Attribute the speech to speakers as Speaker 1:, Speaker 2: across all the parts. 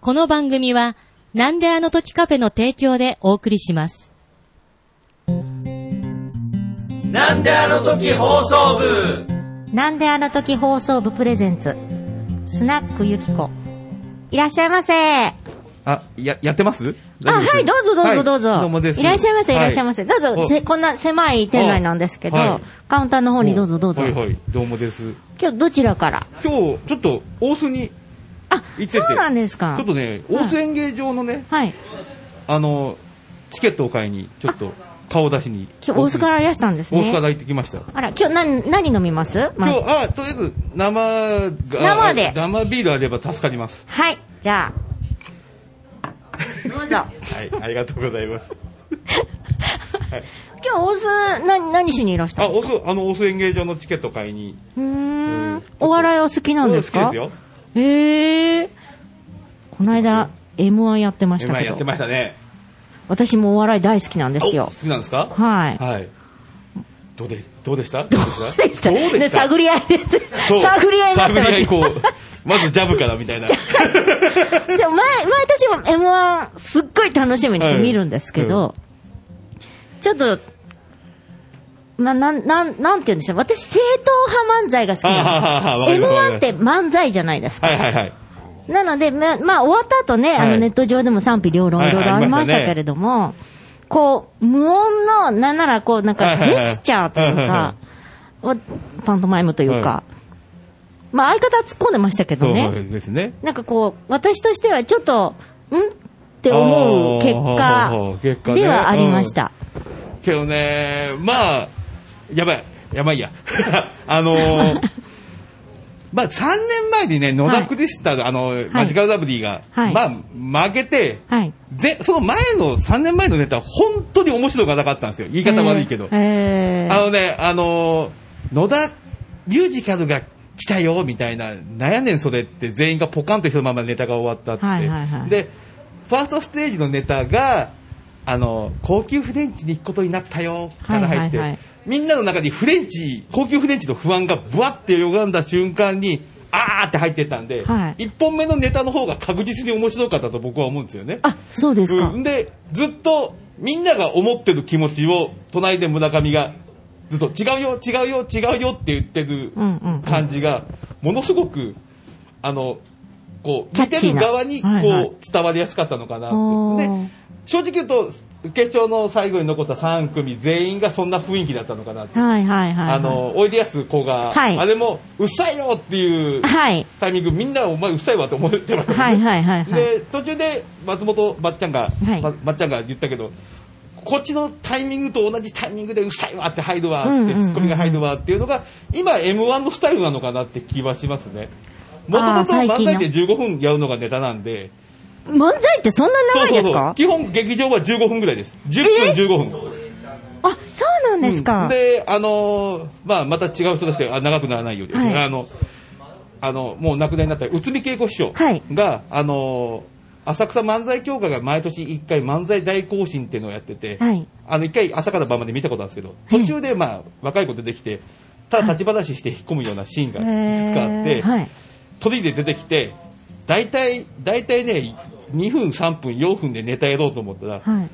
Speaker 1: この番組は、なんであの時カフェの提供でお送りします。
Speaker 2: なんであの時放送部
Speaker 3: なんであの時放送部プレゼンツ、スナックゆきこ。いらっしゃいませ。あ、
Speaker 4: あ、や、やってます大丈夫です
Speaker 3: はい、どうぞどうぞどうぞ。
Speaker 4: はいどうもです。
Speaker 3: いらっしゃいませ、いらっしゃいませ。
Speaker 4: は
Speaker 3: どうぞ、
Speaker 4: お
Speaker 3: せこんな狭い店内なんですけど、
Speaker 4: はい
Speaker 3: カウンターの方にどうぞどうぞ。
Speaker 4: はいはい、どうもです。
Speaker 3: 今日どちらから
Speaker 4: 今日、ちょっと、大須に、
Speaker 3: あ、
Speaker 4: 行ってて
Speaker 3: そうなんですか。
Speaker 4: ちょっとね、
Speaker 3: はい
Speaker 4: 大須演芸場のね、
Speaker 3: はい。
Speaker 4: あの、チケットを買いに、ちょっと、顔出しに。
Speaker 3: 今日大須からいらしたんですね。
Speaker 4: 大須から行ってきました。
Speaker 3: あら、今日何、何飲みますま
Speaker 4: 今
Speaker 3: ず
Speaker 4: 日、あ、とりあえず、生が、
Speaker 3: 生で
Speaker 4: 生ビールあれば助かります。
Speaker 3: はい、じゃ あ。どうぞ。
Speaker 4: はい、ありがとうございます。はい
Speaker 3: 今日大須、何、何しにいらした
Speaker 4: あ、
Speaker 3: んです
Speaker 4: 大
Speaker 3: か
Speaker 4: 須、あの、大須演芸場のチケット買いに。
Speaker 3: うー
Speaker 4: うんん。
Speaker 3: お笑いは好きなんですか
Speaker 4: 好きですよ。
Speaker 3: へえ。この間、M1 やってました
Speaker 4: 今
Speaker 3: け
Speaker 4: やって
Speaker 3: ど。
Speaker 4: ましたね。
Speaker 3: 私もお笑い大好きなんです
Speaker 4: お
Speaker 3: よ
Speaker 4: 好。きなんですか
Speaker 3: はい。
Speaker 4: はい。どうで、どうでしたどうでした
Speaker 3: でした。
Speaker 4: どうで
Speaker 3: ね
Speaker 4: した
Speaker 3: 探り合いです。
Speaker 4: そう
Speaker 3: 探り合いになってます。
Speaker 4: 探り合いこう、まずジャブから みたいな。
Speaker 3: でも前、前私も M1 すっごい楽しみにして
Speaker 4: はい
Speaker 3: 見るんですけど、ちょっと、まあ、なん、なん、なんて言うんでしょう。私、正統派漫才が好き
Speaker 4: あー
Speaker 3: なん
Speaker 4: わかり
Speaker 3: です。
Speaker 4: ます
Speaker 3: M1 って漫才じゃないですか。
Speaker 4: はいはいはい。
Speaker 3: なので、ま、まあ、終わった後ね、あ
Speaker 4: は
Speaker 3: の、
Speaker 4: い
Speaker 3: ネット上でも賛否両論
Speaker 4: はいい
Speaker 3: ろいろありましたけれども、こう、無音の、なんならこう、なん
Speaker 4: は
Speaker 3: か、
Speaker 4: い
Speaker 3: ジ
Speaker 4: はいはい
Speaker 3: ェスチャーという
Speaker 4: はい
Speaker 3: か
Speaker 4: は、
Speaker 3: おパントマイムというか、まあ、相方は突っ込んでましたけど
Speaker 4: そう
Speaker 3: ね、
Speaker 4: ですね。
Speaker 3: なんかこう、私としてはちょっと、んって思う結
Speaker 4: あー結
Speaker 3: 果
Speaker 4: 果ね
Speaker 3: ではありました。
Speaker 4: けどね、まあ、やばい、やばいや。 あの ー、まあ3年前にね、野田クリスタル、あの、マジカルラブリーが、
Speaker 3: はい
Speaker 4: まあ負けて、
Speaker 3: はい。
Speaker 4: ぜその前の3年前のネタは本当に面白くなかったんですよ。言い方悪いけど。
Speaker 3: えー
Speaker 4: あのね、あのー野田ミュージカルが来たよ、みたいな、悩んでんそれって全員がポカンと一のままネタが終わったって。
Speaker 3: はいはいはい
Speaker 4: で、ファーストステージのネタが、あの、高級フレンチに行くことになったよ、から入っ
Speaker 3: はい
Speaker 4: て、
Speaker 3: はいはい
Speaker 4: みんなの中にフレンチ、高級フレンチの不安がブワってよがんだ瞬間に、あーって入ってったんで、
Speaker 3: はい
Speaker 4: 一1本目のネタの方が確実に面白かったと僕は思うんです よね。
Speaker 3: あ、そうですか
Speaker 4: う。ん、で、ずっとみんなが思ってる気持ちを隣で村上がずっと違うよ、違うよ、違うよって言ってる
Speaker 3: うんうんうん
Speaker 4: 感じが、ものすごく、あの、こう、
Speaker 3: キャ
Speaker 4: 見
Speaker 3: ッ
Speaker 4: て
Speaker 3: チー
Speaker 4: る
Speaker 3: な
Speaker 4: 側にこ
Speaker 3: はいはいう
Speaker 4: 伝わりやすかったのかな
Speaker 3: お
Speaker 4: って。
Speaker 3: ー
Speaker 4: で、正直言うと、決勝の最後に残った3組全員がそんな雰囲気だったのかなって。
Speaker 3: はいはいはいはい。
Speaker 4: あ、の、おいでやす子が、
Speaker 3: はい
Speaker 4: あれも、うっさいよっていう
Speaker 3: はい。
Speaker 4: タイミング、みんなお前うっさいわって思ってましたもんね
Speaker 3: はいはいはいはい。
Speaker 4: で途中で松本ばっちゃんが、
Speaker 3: はい
Speaker 4: ばばっちゃんが言ったけどこっちのタイミングと同じタイミングでうっさいわって入るわって、
Speaker 3: うんうんうん
Speaker 4: ツッコミが入るわっていうのが今 m 1のスタイルなのかなって気はしますねもと
Speaker 3: あー
Speaker 4: もと
Speaker 3: 最近
Speaker 4: 漫
Speaker 3: の
Speaker 4: 才で15分やるのがネタなんで
Speaker 3: 漫才ってそんな長いですか
Speaker 4: 基本劇場は15分ぐらいです
Speaker 3: え
Speaker 4: 10分15分
Speaker 3: あ、そうなんです
Speaker 4: うん
Speaker 3: か。
Speaker 4: であのーまあ、また違う人ですけどあ長くならないように、
Speaker 3: はい
Speaker 4: あのあのもう亡くなりになった内海恵子師匠が、
Speaker 3: はい
Speaker 4: あのー浅草漫才協会が毎年1回漫才大行進っていうのをやってて、
Speaker 3: はい
Speaker 4: あの1回朝から晩まで見たことあるんですけど途中で、まあ、若い子出てきてただ立ち話して引っ込むようなシーンがいくつかあって、
Speaker 3: へーはい。
Speaker 4: 鳥で出てきて、大体、大体ね、2分、3分、4分でネタやろうと思ったら、
Speaker 3: はい。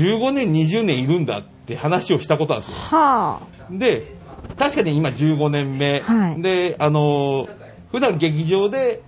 Speaker 4: 15年、20年いるんだって話をしたことなんですよ。
Speaker 3: は
Speaker 4: で、確かに今15年目。
Speaker 3: はい
Speaker 4: で、あのー普段劇場で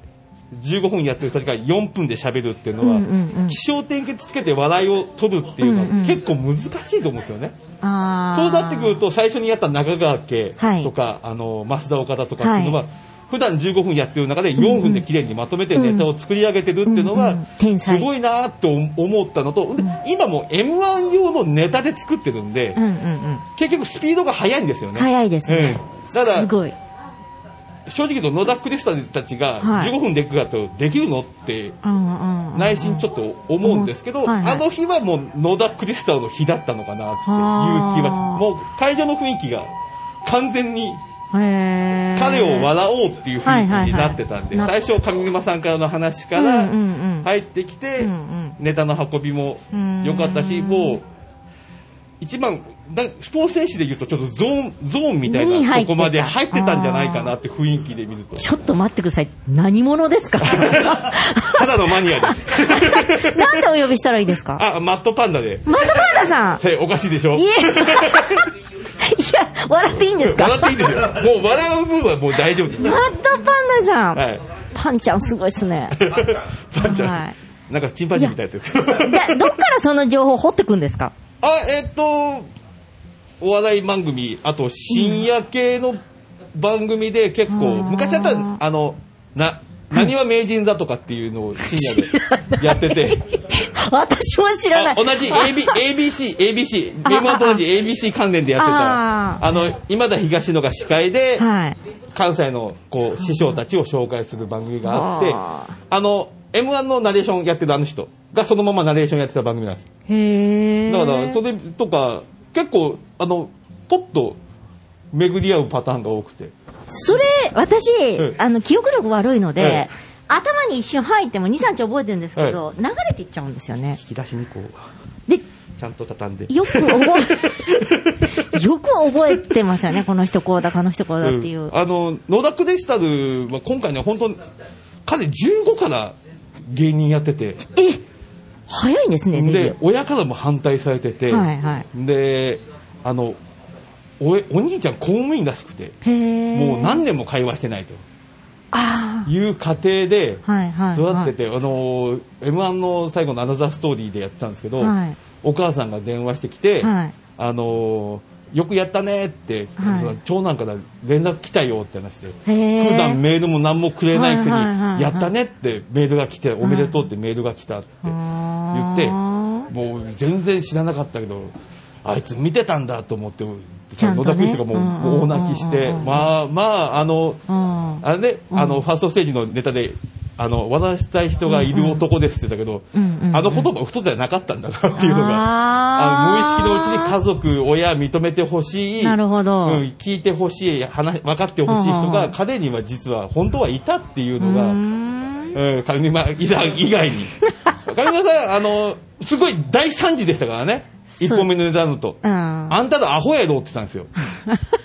Speaker 4: 15分やってる人たちが4分で喋るっていうのは、
Speaker 3: うんうんうん
Speaker 4: 気象点結つけて笑いを取るっていうの
Speaker 3: うんうん
Speaker 4: は結構難しいと思うんですよね。
Speaker 3: あ。ああ。
Speaker 4: そうなってくる。と、最初にやった中川家
Speaker 3: はい
Speaker 4: とか、あのー増田岡田とかっていうのは、
Speaker 3: は
Speaker 4: 普段15分やってる中で4分で綺麗にまとめてネタを作り上げてるっていうの
Speaker 3: うんうん
Speaker 4: は
Speaker 3: 天、才
Speaker 4: すごいなーって思ったのと、で今も M1 用のネタで作ってるんで、
Speaker 3: うんうんうん。
Speaker 4: 結局スピードが速いんですよね。
Speaker 3: 早いですね。
Speaker 4: うんだから
Speaker 3: すごい。
Speaker 4: 正直言うと野田クリスタルたちが
Speaker 3: はい
Speaker 4: 15分でいくかとできるのって
Speaker 3: うんうんうん。
Speaker 4: 内心ちょっと思うんですけ
Speaker 3: う
Speaker 4: ど、
Speaker 3: んはいはい
Speaker 4: あの日はもう野田クリスタルの日だったのかなっていう気はし
Speaker 3: はあ
Speaker 4: もう会場の雰囲気が完全に
Speaker 3: へー
Speaker 4: 彼を笑おうっていう雰囲気になってたんで、
Speaker 3: はいはいはい
Speaker 4: 最初上沼さんからの話から
Speaker 3: うんうんうん
Speaker 4: 入ってきて、
Speaker 3: うんうん
Speaker 4: ネタの運びも良かったし、
Speaker 3: うん
Speaker 4: もう一番だスポーツ選手でいうとちょっとゾーンゾーンみたい
Speaker 3: に
Speaker 4: な
Speaker 3: 入ってた
Speaker 4: とこまで入ってたんじゃないかなって雰囲気で見ると
Speaker 3: ちょっと待ってください。何者です か
Speaker 4: ただのマニアです
Speaker 3: なんでお呼びしたらいいですか
Speaker 4: あマットパンダで
Speaker 3: マットパンダさん
Speaker 4: せおかしいでしょ
Speaker 3: いえいや、笑っていいんですか
Speaker 4: 笑っていいですよもう笑う分はもう大丈夫です
Speaker 3: マットパンダさん、
Speaker 4: はい
Speaker 3: パンちゃんすごいっすね。
Speaker 4: パンちゃん、
Speaker 3: はい
Speaker 4: なんかチンパンジーみたいですよ
Speaker 3: だどっからその情報掘ってくんですか
Speaker 4: あえっとお笑い番組あと深夜系の番組で結構、
Speaker 3: うん
Speaker 4: 昔だったらあのな何は名人座とかっていうのを深夜でやってて
Speaker 3: 私も知らな
Speaker 4: あ
Speaker 3: い。
Speaker 4: 同じ AB ABC、ABC、ゲームワンと同じ ABC 関連でやって
Speaker 3: あ
Speaker 4: た、あの、今田東野が司会で、
Speaker 3: はい。
Speaker 4: 関西のこう師匠たちを紹介する番組があって、
Speaker 3: あ
Speaker 4: あの、M1 のナレーションやってたあの人がそのままナレーションやってた番組なんです。
Speaker 3: へえ。
Speaker 4: だから、それとか、結構、あの、ポッと巡り合うパターンが多くて。
Speaker 3: それ、私、
Speaker 4: うん
Speaker 3: あの、記憶力悪いので、
Speaker 4: はい
Speaker 3: 頭に一瞬入っても2、3丁覚えてるんですけど、流れていっちゃうんですよね。
Speaker 4: 引き出しにこう、
Speaker 3: で、
Speaker 4: ちゃんと畳んで。
Speaker 3: よく覚え、 よく覚えてますよね。この人こうだ、この人こうだっていう。
Speaker 4: うんあの野田クデジタルは今回ね本当に彼15から芸人やってて
Speaker 3: え、早いんですね、デビ
Speaker 4: で
Speaker 3: ュ
Speaker 4: 親からも反対されてて、
Speaker 3: ー。はいはい。
Speaker 4: であのおえお兄ちゃん公務員らしくて
Speaker 3: へえ。
Speaker 4: もう何年も会話してないと
Speaker 3: あ
Speaker 4: いう過程で
Speaker 3: あ。はいはい、
Speaker 4: 育
Speaker 3: はい。
Speaker 4: ってて、あの m 1の最後の「アナザーストーリー」でやってたんですけど、
Speaker 3: はい
Speaker 4: お母さんが電話してきて、
Speaker 3: はい
Speaker 4: あのよくやったねって、
Speaker 3: はい
Speaker 4: その長男から連絡来たよって話で、
Speaker 3: へー
Speaker 4: 普段メールも何もくれないくせに、
Speaker 3: はいはいはいはい
Speaker 4: やったねってメールが来て、おめでとうってメールが来たって言って、
Speaker 3: あ
Speaker 4: もう全然知らなかったけど、あいつ見てたんだと思って、
Speaker 3: ちゃんとね
Speaker 4: 野田クリスがもう
Speaker 3: うんうんうんうん
Speaker 4: 大泣きして、まあまあ、あの、
Speaker 3: ーうん。
Speaker 4: あれね、あの、ファーストステージのネタで、あの、渡したい人がいる男ですって言ったけど、
Speaker 3: うんうんうん
Speaker 4: あの言葉は太ではなかったんだなっていうのが、
Speaker 3: あー
Speaker 4: あの無意識のうちに家族、親認めてほしい、
Speaker 3: なるほど
Speaker 4: うん聞いてほしい、話、分かってほしい人
Speaker 3: うんうんう
Speaker 4: が、
Speaker 3: ん
Speaker 4: 彼には実は本当はいたっていう
Speaker 3: う
Speaker 4: のが、
Speaker 3: ーん
Speaker 4: うん、上沼以外以外 に。上沼さん、あの、すごい大惨事でしたからね。
Speaker 3: う
Speaker 4: 一本目のネタのと。
Speaker 3: うん。
Speaker 4: あんたらアホやろって言ったんで すよ。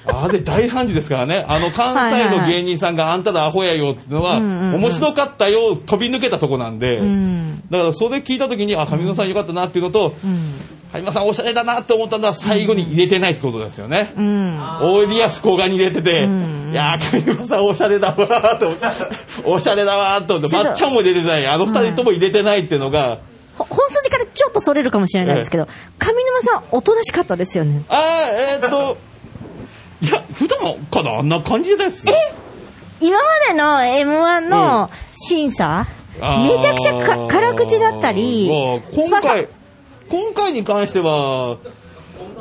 Speaker 4: あれ大惨事ですからね。あの関西の芸人さんがあんたらアホやよってのは、
Speaker 3: うんうんうん
Speaker 4: 面白かったよ、飛び抜けたとこなんで。
Speaker 3: うん。
Speaker 4: だからそれ聞いた時に、あ、上沼さんよかったなっていうのと、
Speaker 3: うん。
Speaker 4: 上沼さんおしゃれだなって思ったのは最後に入れてないってことですよね。
Speaker 3: うん。
Speaker 4: 大リアス小賀に出てて、
Speaker 3: うん
Speaker 4: いやー、上沼さんおしゃれだわーと、おしゃれだわーと、
Speaker 3: ちょっと
Speaker 4: 抹茶も入れてない、あの二人とも入れてないっていうのが、
Speaker 3: ほ本筋からちょっとそれるかもしれないですけど、上沼さん、おとなしかったですよね。
Speaker 4: あー、えー っと、いや、普段からあんな感じですよ。
Speaker 3: 今までの M1 の審査、
Speaker 4: あー
Speaker 3: めちゃくちゃか辛口だったり、
Speaker 4: あー今回、今回に関しては、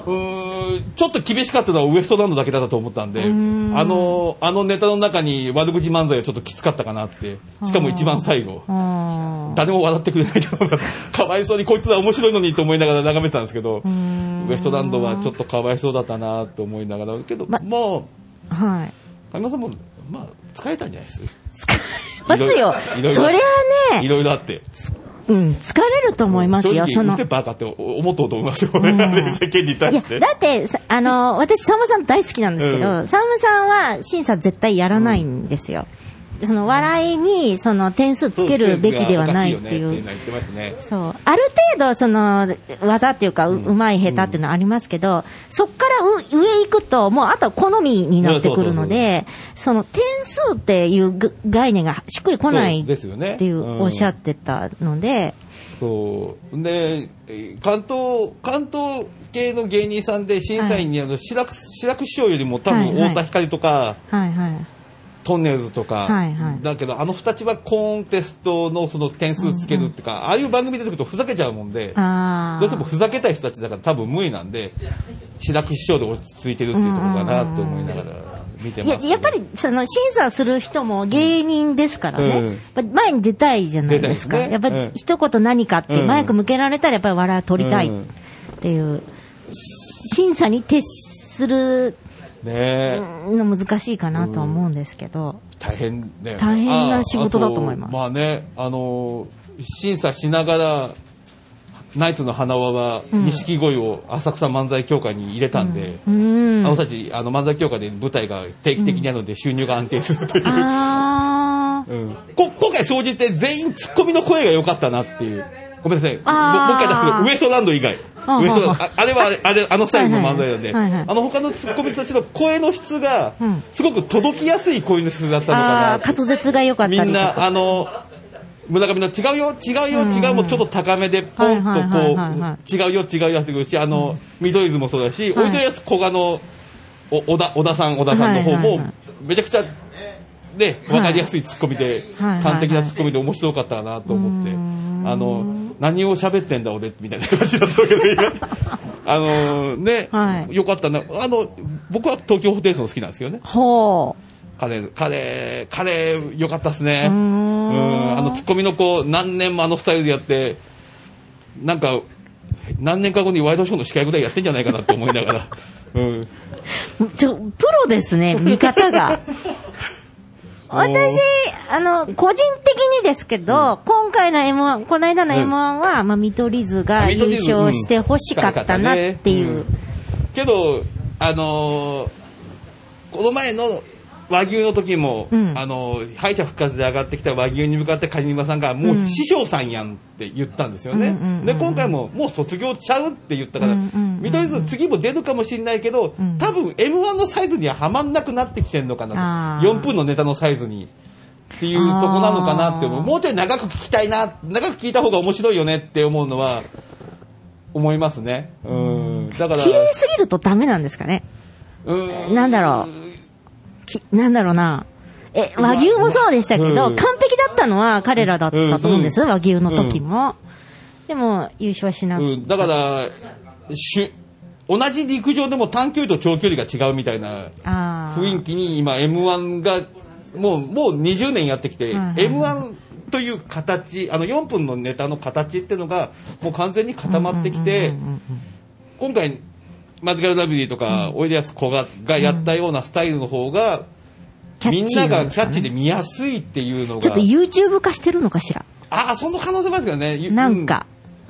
Speaker 4: うーんちょっと厳しかったのはウエストランドだけだったと思ったんで、あ
Speaker 3: ん
Speaker 4: の、あのネタの中に悪口漫才はちょっときつかったかなって、しかも一番最後。
Speaker 3: うん
Speaker 4: 誰も笑ってくれないだろうな かわいそうにこいつら面白いのにと思いながら眺めてたんですけど
Speaker 3: ん
Speaker 4: ウエストランドはちょっとかわいそうだったなと思いながらけど
Speaker 3: ま
Speaker 4: も
Speaker 3: はい。
Speaker 4: う上村さんもまあ使えたんじゃないです
Speaker 3: 疲れますよ
Speaker 4: いろいろ。
Speaker 3: そりゃ
Speaker 4: い
Speaker 3: ね、
Speaker 4: ろいろあって
Speaker 3: うん、疲れると思います
Speaker 4: 正
Speaker 3: よ、
Speaker 4: 直
Speaker 3: そ
Speaker 4: 見
Speaker 3: の
Speaker 4: て。バカって思っとうと思いますよ世間に対
Speaker 3: いや、
Speaker 4: して
Speaker 3: だって、さあの、私、さんまさん大好きなんですけど、
Speaker 4: うん
Speaker 3: さんまさんは審査絶対やらないんですよ。その、笑いに、その、点数つけるべきではないってい
Speaker 4: そう
Speaker 3: う
Speaker 4: です。がおかしいよねっていうのは言ってますね
Speaker 3: そう。ある程度、その、技っていうか、ううまい下手っていうのはありますけど、そっからう上行くと、もうあとは好みになってくるので、その点数っていうぐ概念がしっくりこない
Speaker 4: そ
Speaker 3: っ
Speaker 4: うですよね
Speaker 3: ていう
Speaker 4: うん
Speaker 3: おっしゃってたので、
Speaker 4: そうでえー関東関東系の芸人さんで審査員にあの白く白く師匠よりも多分
Speaker 3: はいはい
Speaker 4: 太田光とか、
Speaker 3: はいはい。
Speaker 4: トンネルズとか、
Speaker 3: はいはい
Speaker 4: だけどあの二つはコンテストのその点数つけるっていうか、ああいう番組出てくるとふざけちゃうもんで、
Speaker 3: ああ。
Speaker 4: どうしてもふざけたい人たちだから多分無理なんで、白く師匠で落ち着いてるっていうところかなと思いながら見て
Speaker 3: いや
Speaker 4: ます。
Speaker 3: やっぱりその審査する人も芸人ですからね、
Speaker 4: うん
Speaker 3: やっぱ前に出たいじゃないですか、
Speaker 4: 出たい
Speaker 3: や
Speaker 4: で
Speaker 3: っ
Speaker 4: す
Speaker 3: ぱ
Speaker 4: ね
Speaker 3: り一言何かって、
Speaker 4: うん
Speaker 3: マイク向けられたら、やっぱり笑いを取りたいっていう、し審査に徹する
Speaker 4: ねえ
Speaker 3: の難しいかなとは思うんですけど、
Speaker 4: 大変だよね。
Speaker 3: 大変な仕事だと思います
Speaker 4: ああとまあね、あの、審査しながら、ナイツの花輪は錦鯉を浅草漫才協会に入れたんで、
Speaker 3: うん。
Speaker 4: あの人たちあの漫才協会で舞台が定期的にあるので収入が安定するという、
Speaker 3: あー。
Speaker 4: うんこ今回総じて全員ツッコミの声が良かったなっていうごめんなさいもう
Speaker 3: あー
Speaker 4: もう一回出すけどウエストランド以外
Speaker 3: うん
Speaker 4: ウエストランドああれはあれあれあのスタイルの漫才なんで、
Speaker 3: はいはいはいはい
Speaker 4: あの他のツッコミたちの声の質が
Speaker 3: うん
Speaker 4: すごく届きやすい声の質だったのかな
Speaker 3: あ
Speaker 4: っ
Speaker 3: ー、
Speaker 4: て
Speaker 3: 滑舌が良かったり
Speaker 4: み
Speaker 3: と
Speaker 4: んな、
Speaker 3: か。
Speaker 4: あの、村上の違うよ、違うよ、
Speaker 3: うん
Speaker 4: 違うもちょっと高めで、ポンと
Speaker 3: はいはいはいは
Speaker 4: こう、違うよ、違うよってくるし、あの、緑図もそうだし、
Speaker 3: はい
Speaker 4: おいでやすこがの、お小田、小田さん、小田さんの方
Speaker 3: はいはい
Speaker 4: も
Speaker 3: はい、
Speaker 4: めちゃくちゃ、ね、
Speaker 3: はい
Speaker 4: わかりやすいツッコミで、
Speaker 3: はいはい
Speaker 4: 端的なツッコミで面白かったなと思って、
Speaker 3: うーん
Speaker 4: あの、何を喋ってんだ俺、みたいな感じだったけど、今 あの、ね、
Speaker 3: はい
Speaker 4: よかったな。あの、僕は東京ホテイソン好きなんですけどね。
Speaker 3: ほ
Speaker 4: カレー、カレー、カレー、よかったっすね。
Speaker 3: うー
Speaker 4: うんん。あの、ツッコミの子、何年もあのスタイルでやって、なんか、何年か後にワイドショーの司会ぐらいやってんじゃないかなと思いながら。 うん。
Speaker 3: う。ちょ、プロです ね、見方が。私、あの、個人的にですけど、今回の M1、この間の M1 は、まあ、見取り図が
Speaker 4: 見
Speaker 3: 優
Speaker 4: 取り図
Speaker 3: 勝して欲しかったなってい
Speaker 4: うん
Speaker 3: う。
Speaker 4: けど、あのーこの前の和牛の時も、
Speaker 3: うん
Speaker 4: あのー敗者復活で上がってきた和牛に向かって上沼さんが、もう師匠さんやんって言ったんですよね。
Speaker 3: うんうんうんうん
Speaker 4: で、今回も、もう卒業ちゃうって言ったから、
Speaker 3: うんうんうんうん
Speaker 4: 見取り図次も出るかもしれないけど、
Speaker 3: うん
Speaker 4: 多分 M1 のサイズにははまんなくなってきてんのかな
Speaker 3: あ
Speaker 4: と。
Speaker 3: ー
Speaker 4: 4分のネタのサイズに。っていうとこなのかなって思う。
Speaker 3: あー
Speaker 4: もうちょい長く聞きたいな、長く聞いた方が面白いよねって思うのは、思いますね。うん。だから、
Speaker 3: 綺麗すぎるとダメなんですかね。
Speaker 4: うん
Speaker 3: なんだろきなんだろうな。え、
Speaker 4: まあ
Speaker 3: 和牛もそうでしたけ
Speaker 4: まあ
Speaker 3: ど、
Speaker 4: うん
Speaker 3: 完璧だったのは彼らだったと思うんです、
Speaker 4: うん
Speaker 3: 和牛の時も。でも、優勝しなく、
Speaker 4: うん。だから、しゅ、同じ陸上でも短距離と長距離が違うみたいな
Speaker 3: ああ。
Speaker 4: 雰囲気に今 M1 が、もう、もう20年やってきて、
Speaker 3: うんうん
Speaker 4: M1 という形、あの4分のネタの形っていうのが、もう完全に固まってきて、
Speaker 3: うんうんうん
Speaker 4: 今回、マジカルラブリーとか、おいでやすこががやったようなスタイルの方が、
Speaker 3: キャ
Speaker 4: み
Speaker 3: ッ
Speaker 4: ん
Speaker 3: チーな
Speaker 4: な
Speaker 3: ん
Speaker 4: が
Speaker 3: です
Speaker 4: キ
Speaker 3: かね
Speaker 4: ャッチで見やすいっていうのが。
Speaker 3: ちょっと YouTube 化してるのかしら
Speaker 4: ああ、その可能性もあるけどね。ゆ
Speaker 3: なんか、、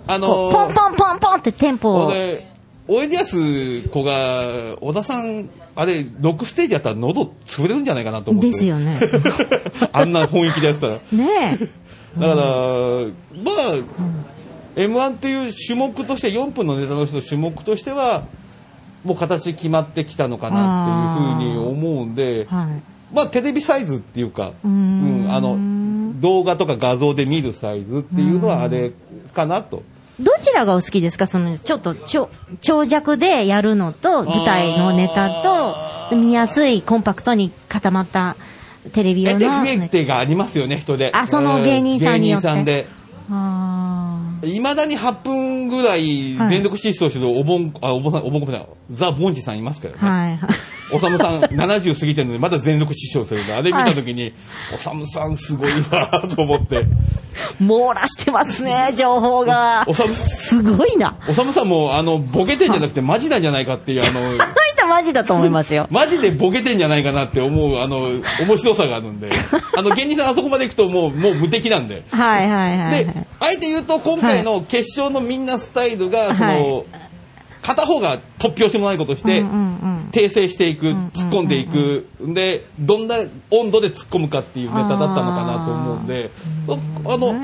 Speaker 4: うんあ
Speaker 3: こ
Speaker 4: の
Speaker 3: うポンポンポンポンってテンポを。
Speaker 4: 俺、おいでやす子が、小田さん、あれ、ロックステージやったら喉潰れるんじゃないかなと思って。
Speaker 3: ですよね。
Speaker 4: あんな本気でやってたら。だか
Speaker 3: ねえ。
Speaker 4: ら、まあ、M1 っていう種目として、4分のネタの人の種目としては、もう形決まってきたのかなっていうふうに思うんで、
Speaker 3: はい。
Speaker 4: まあテレビサイズっていうか、
Speaker 3: うーん
Speaker 4: あの、動画とか画像で見るサイズっていうのはあれかなと。
Speaker 3: どちらがお好きですかその、ちょっと、ちょ、長尺でやるのと、舞台のネタと、見やすい、コンパクトに固まったテレビ用の。
Speaker 4: FA ってがありますよね、人で。
Speaker 3: あその芸人さんによって
Speaker 4: 芸人さんで。
Speaker 3: あ
Speaker 4: いまだに8分ぐらい
Speaker 3: はい
Speaker 4: 全力疾走してるお盆、あ、お盆さん、お盆ごめんなさいザ・ボンジさんいますから
Speaker 3: ー
Speaker 4: ね。
Speaker 3: はい。
Speaker 4: おさむさん 70過ぎてるのにまだ全力疾走してるんで、あれ見たときに、おさむさんすごいわと思 って。
Speaker 3: 網羅してますね、情報が
Speaker 4: お。さむ、
Speaker 3: すごい な。
Speaker 4: おさむさんもあの、ボケてんじゃなくてマジなんじゃないかっていう、あの、
Speaker 3: あの人マジだと思いますよ。
Speaker 4: マジでボケてんじゃないかなって思う、あの、面白さがあるんで。あの、芸人さんあそこまで行くともう、もう無敵なんで。
Speaker 3: はいはいはいは
Speaker 4: で
Speaker 3: い。、
Speaker 4: あえて言うと、今回の決勝のみんなスタイルが、その、片方が突拍子もないことをして
Speaker 3: うん、うんうん
Speaker 4: 訂正していく、突っ込んでいく、で、どんな温度で突っ込むかっていうネタだったのかなと思うんで、あの、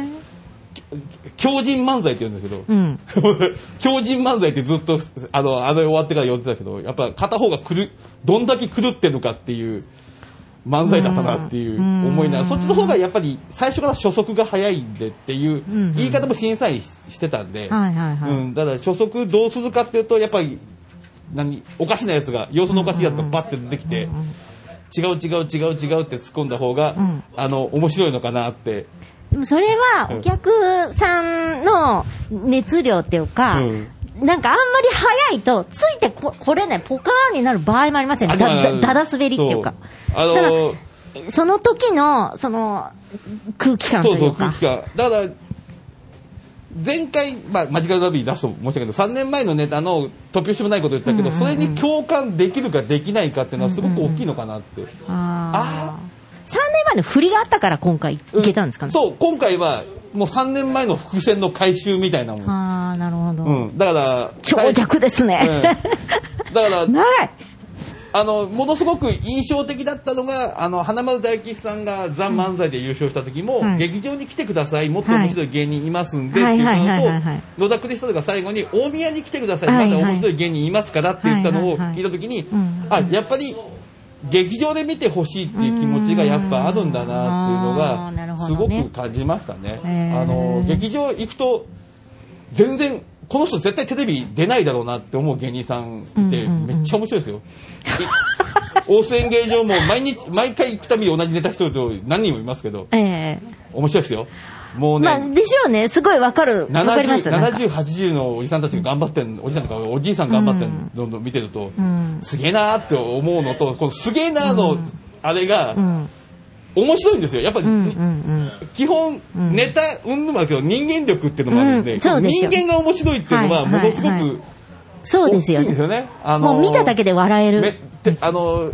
Speaker 4: 強人漫才って言うんですけど、
Speaker 3: うん。
Speaker 4: 強人漫才ってずっと、あの、あれ終わってから呼んでたけど、やっぱ片方が狂る、どんだけ狂ってるかっていう漫才だったなっていう
Speaker 3: うん
Speaker 4: 思いながら、そっちの方がやっぱり最初から初速が早いんでっていう
Speaker 3: うん
Speaker 4: 言い方も審査員してたん
Speaker 3: は
Speaker 4: で、
Speaker 3: いはいはい
Speaker 4: うん、だから初速どうするかっていうと、やっぱり、何、おかしなやつが、様子のおかしいやつがバッて出てきて、違う違う違う違うって突っ込んだ方が、
Speaker 3: ん
Speaker 4: あの、面白いのかなって。
Speaker 3: でもそれは、お客さんの熱量っていうか、
Speaker 4: うん
Speaker 3: なんかあんまり早いと、ついてここれね、ポカーンになる場合もありますよね。
Speaker 4: あ
Speaker 3: だ
Speaker 4: でも
Speaker 3: だだだ滑りっていうか。
Speaker 4: そうあの
Speaker 3: そのえその時の、その、空気感と
Speaker 4: そう
Speaker 3: い
Speaker 4: そうう、空
Speaker 3: か。
Speaker 4: 気感。だから、前回、まあ、マジカルラブリー出すと申し訳ないけど、3年前のネタの突拍子もないこと言ったけど、それに共感できるかできないかっていうのはすごく大きいのかなって。
Speaker 3: ああ3年前の振りがあったから今回いけたんですかね。
Speaker 4: そう、今回は、もう3年前の伏線の回収みたいなもん。
Speaker 3: ああー、なるほど。
Speaker 4: うん、だから、
Speaker 3: 長尺ですね。
Speaker 4: う んだから、
Speaker 3: 長い
Speaker 4: あの、ものすごく印象的だったのが、あの、花丸大吉さんがザ・漫才で優勝した時も、
Speaker 3: はい
Speaker 4: 劇場に来てください、もっと面白い芸人いますんで、
Speaker 3: はい
Speaker 4: っていうの
Speaker 3: はいはいはいはい
Speaker 4: と、野田クリスタルが最後に、大宮に来てください、
Speaker 3: はい
Speaker 4: ま
Speaker 3: はい
Speaker 4: だ面白い芸人いますからって言ったの
Speaker 3: は
Speaker 4: を
Speaker 3: いはいはい
Speaker 4: 聞いた時に
Speaker 3: うん、
Speaker 4: あ、やっぱり、劇場で見てほしいっていう気持ちがやっぱあるんだなっていう
Speaker 3: う
Speaker 4: の
Speaker 3: んあー
Speaker 4: が、
Speaker 3: な
Speaker 4: す
Speaker 3: るほど
Speaker 4: ご
Speaker 3: ね
Speaker 4: く感じましたね。
Speaker 3: へー
Speaker 4: あの、劇場行くと、全然、この人絶対テレビ出ないだろうなって思う芸人さんって
Speaker 3: うんうんうん
Speaker 4: めっちゃ面白いですよ。大須演芸場も毎 日、毎回行くたびに同じネタ一人と何人もいますけど、
Speaker 3: ええ
Speaker 4: 面白いですよ。もうね、
Speaker 3: まあ、でしょうね。すごいわかる。わかります
Speaker 4: 70、
Speaker 3: よ。なんか
Speaker 4: 70、80のおじさんたちが頑張ってん、おじさんとかおじいさん頑張ってんのを見てると、
Speaker 3: うん
Speaker 4: すげえなーって思うのと、このすげえなーの、あれが
Speaker 3: うん。
Speaker 4: 面白いんですよ。やっぱり、
Speaker 3: うんうんうん。
Speaker 4: 基本、ネタ、うんぬまだけど、人間力っていうのもあるんで、
Speaker 3: うんそうです
Speaker 4: 人
Speaker 3: よ
Speaker 4: 間が面白いっていうのは、
Speaker 3: はいは
Speaker 4: も
Speaker 3: い
Speaker 4: のすご
Speaker 3: はい
Speaker 4: く
Speaker 3: そう
Speaker 4: 大
Speaker 3: で
Speaker 4: き
Speaker 3: す
Speaker 4: い
Speaker 3: よ
Speaker 4: んです
Speaker 3: ね。
Speaker 4: よね。あのー
Speaker 3: もう見ただけで笑え
Speaker 4: め
Speaker 3: る。
Speaker 4: ってあのー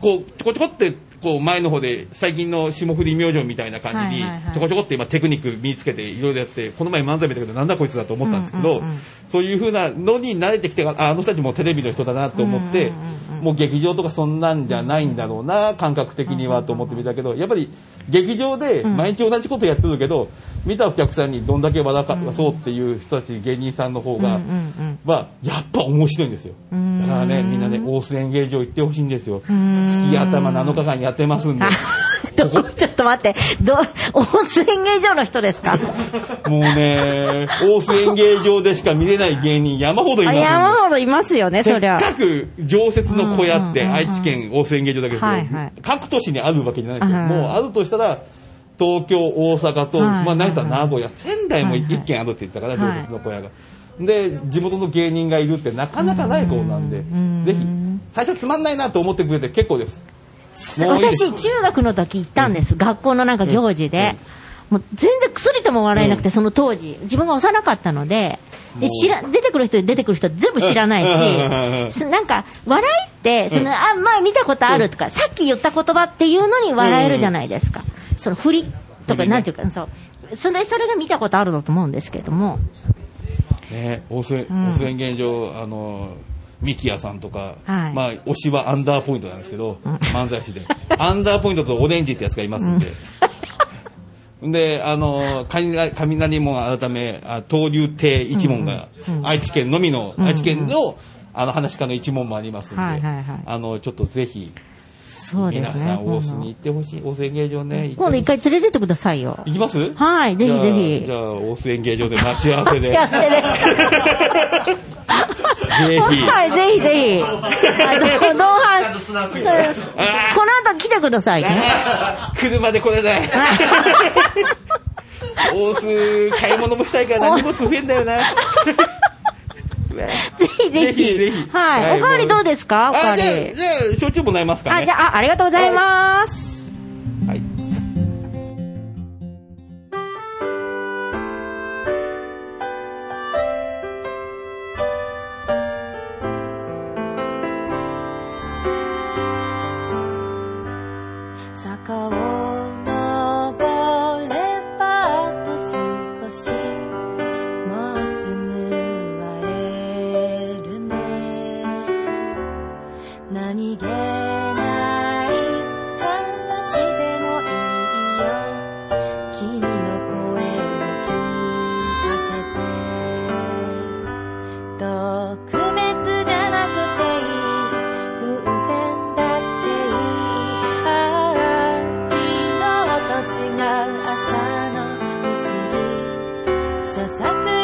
Speaker 4: こう、ちょこちょこって、こう、前の方で、最近の霜降り明星みたいな感じに
Speaker 3: はいはいは、い
Speaker 4: ちょこちょこって今テクニック身につけて、いろいろやって、この前漫才見たけど、なんだこいつだと思ったんですけ
Speaker 3: う
Speaker 4: ど
Speaker 3: んうんうん、
Speaker 4: そういうふうなのに慣れてきて、ああの人たちもテレビの人だなと思って
Speaker 3: うんうんうんう、ん
Speaker 4: もう劇場とかそんなんじゃないんだろうな、感覚的にはと思ってみたけど、やっぱり劇場で毎日同じことやってるけど、見たお客さんにどんだけ笑かそうっていう人たち、芸人さんの方
Speaker 3: うんうんう
Speaker 4: が、
Speaker 3: ん。
Speaker 4: はやっぱ面白いんですよ
Speaker 3: うーん
Speaker 4: だからねみんなね大須演芸場行ってほしいんですよ
Speaker 3: ーん
Speaker 4: 月頭7日間やってますんで
Speaker 3: あ、 どこ、ちょっと待って。ど、温泉芸場の人ですか
Speaker 4: もうね大須演芸場でしか見れない芸人山ほどいますんで
Speaker 3: 山ほどいますよね、
Speaker 4: せ
Speaker 3: そ
Speaker 4: っ
Speaker 3: りゃ。
Speaker 4: かく常設の小屋って
Speaker 3: うんうんうんうん
Speaker 4: 愛知県大須演芸場だけど、
Speaker 3: はいはい
Speaker 4: 各都市にあるわけじゃないですよ、
Speaker 3: うん
Speaker 4: もうあるとしたら東京大阪と、
Speaker 3: はい
Speaker 4: まあ成田
Speaker 3: はいはい
Speaker 4: 名古屋仙台も
Speaker 3: はいはい
Speaker 4: 一軒あるって言ったから、
Speaker 3: はい
Speaker 4: 常設の小屋がで地元の芸人がいるってなかなかないことなんで、
Speaker 3: うん
Speaker 4: ぜひ最初つまんないなと思ってくれて結構ですもういいです
Speaker 3: 私、中学の時行ったんです。学校のなんか行事で。もう全然薬とも笑えなくて、その当時。自分が幼かったので、
Speaker 4: もう
Speaker 3: で知ら出てくる人出てくる人全部知らない
Speaker 4: うんうんうんうん
Speaker 3: し、すなんか、笑いって、その、
Speaker 4: うん
Speaker 3: あ、まあ見たことあるとか、さっき言った言葉っていうのに笑えるじゃないですか。その振りと
Speaker 4: 振
Speaker 3: か、
Speaker 4: りね
Speaker 3: なんていうか、そう。それ、それが見たことあるのと思うんですけども。
Speaker 4: ね、大須
Speaker 3: ん
Speaker 4: 大須演芸場、あの、ミキヤさんとか、
Speaker 3: はい
Speaker 4: まあ、推しはアンダーポイントなんですけど、漫才師で。アンダーポイントとオレンジってやつがいます んで。で、あの、雷雷門改め、あ東流亭一門が、愛知県のみの、愛知県の、あの、話し家の一門もありますんで、
Speaker 3: はいはいはい
Speaker 4: あの、ちょっとぜひ、
Speaker 3: そうですね。
Speaker 4: 皆さん、大須に行ってほしい。大須演芸場ね。
Speaker 3: 今度
Speaker 4: 行
Speaker 3: 一
Speaker 4: ってほしい
Speaker 3: 回連れてってくださいよ。
Speaker 4: 行きます
Speaker 3: はいぜひぜひ
Speaker 4: じゃあ、じゃあ大須演芸場で待ち合わせで。
Speaker 3: 幸せで。
Speaker 4: ぜひ。
Speaker 3: はい、ぜひぜひ。あの、同伴
Speaker 2: ちゃんとスナックに
Speaker 3: そうですこ
Speaker 4: あー
Speaker 3: の後来てくださいね。
Speaker 4: 車で来れない。大須、買い物もしたいからな荷物増えんだよな。
Speaker 3: ぜひぜひ。
Speaker 4: ぜひ
Speaker 3: はい。おかわりどうですかおかわ
Speaker 4: あ、
Speaker 3: り。
Speaker 4: じゃあ、じゃあ、焼酎もらえますか
Speaker 3: あ、
Speaker 4: ね。
Speaker 3: じゃあ、あありがとうございます。
Speaker 4: はい。
Speaker 5: 坂を登ればあと少しもうすぐ会えるね何気ない話でもいいよ君の声を聞かせて特別じゃなくていい偶然だっていいああ昨日と今日と違う朝の不思議ささくれ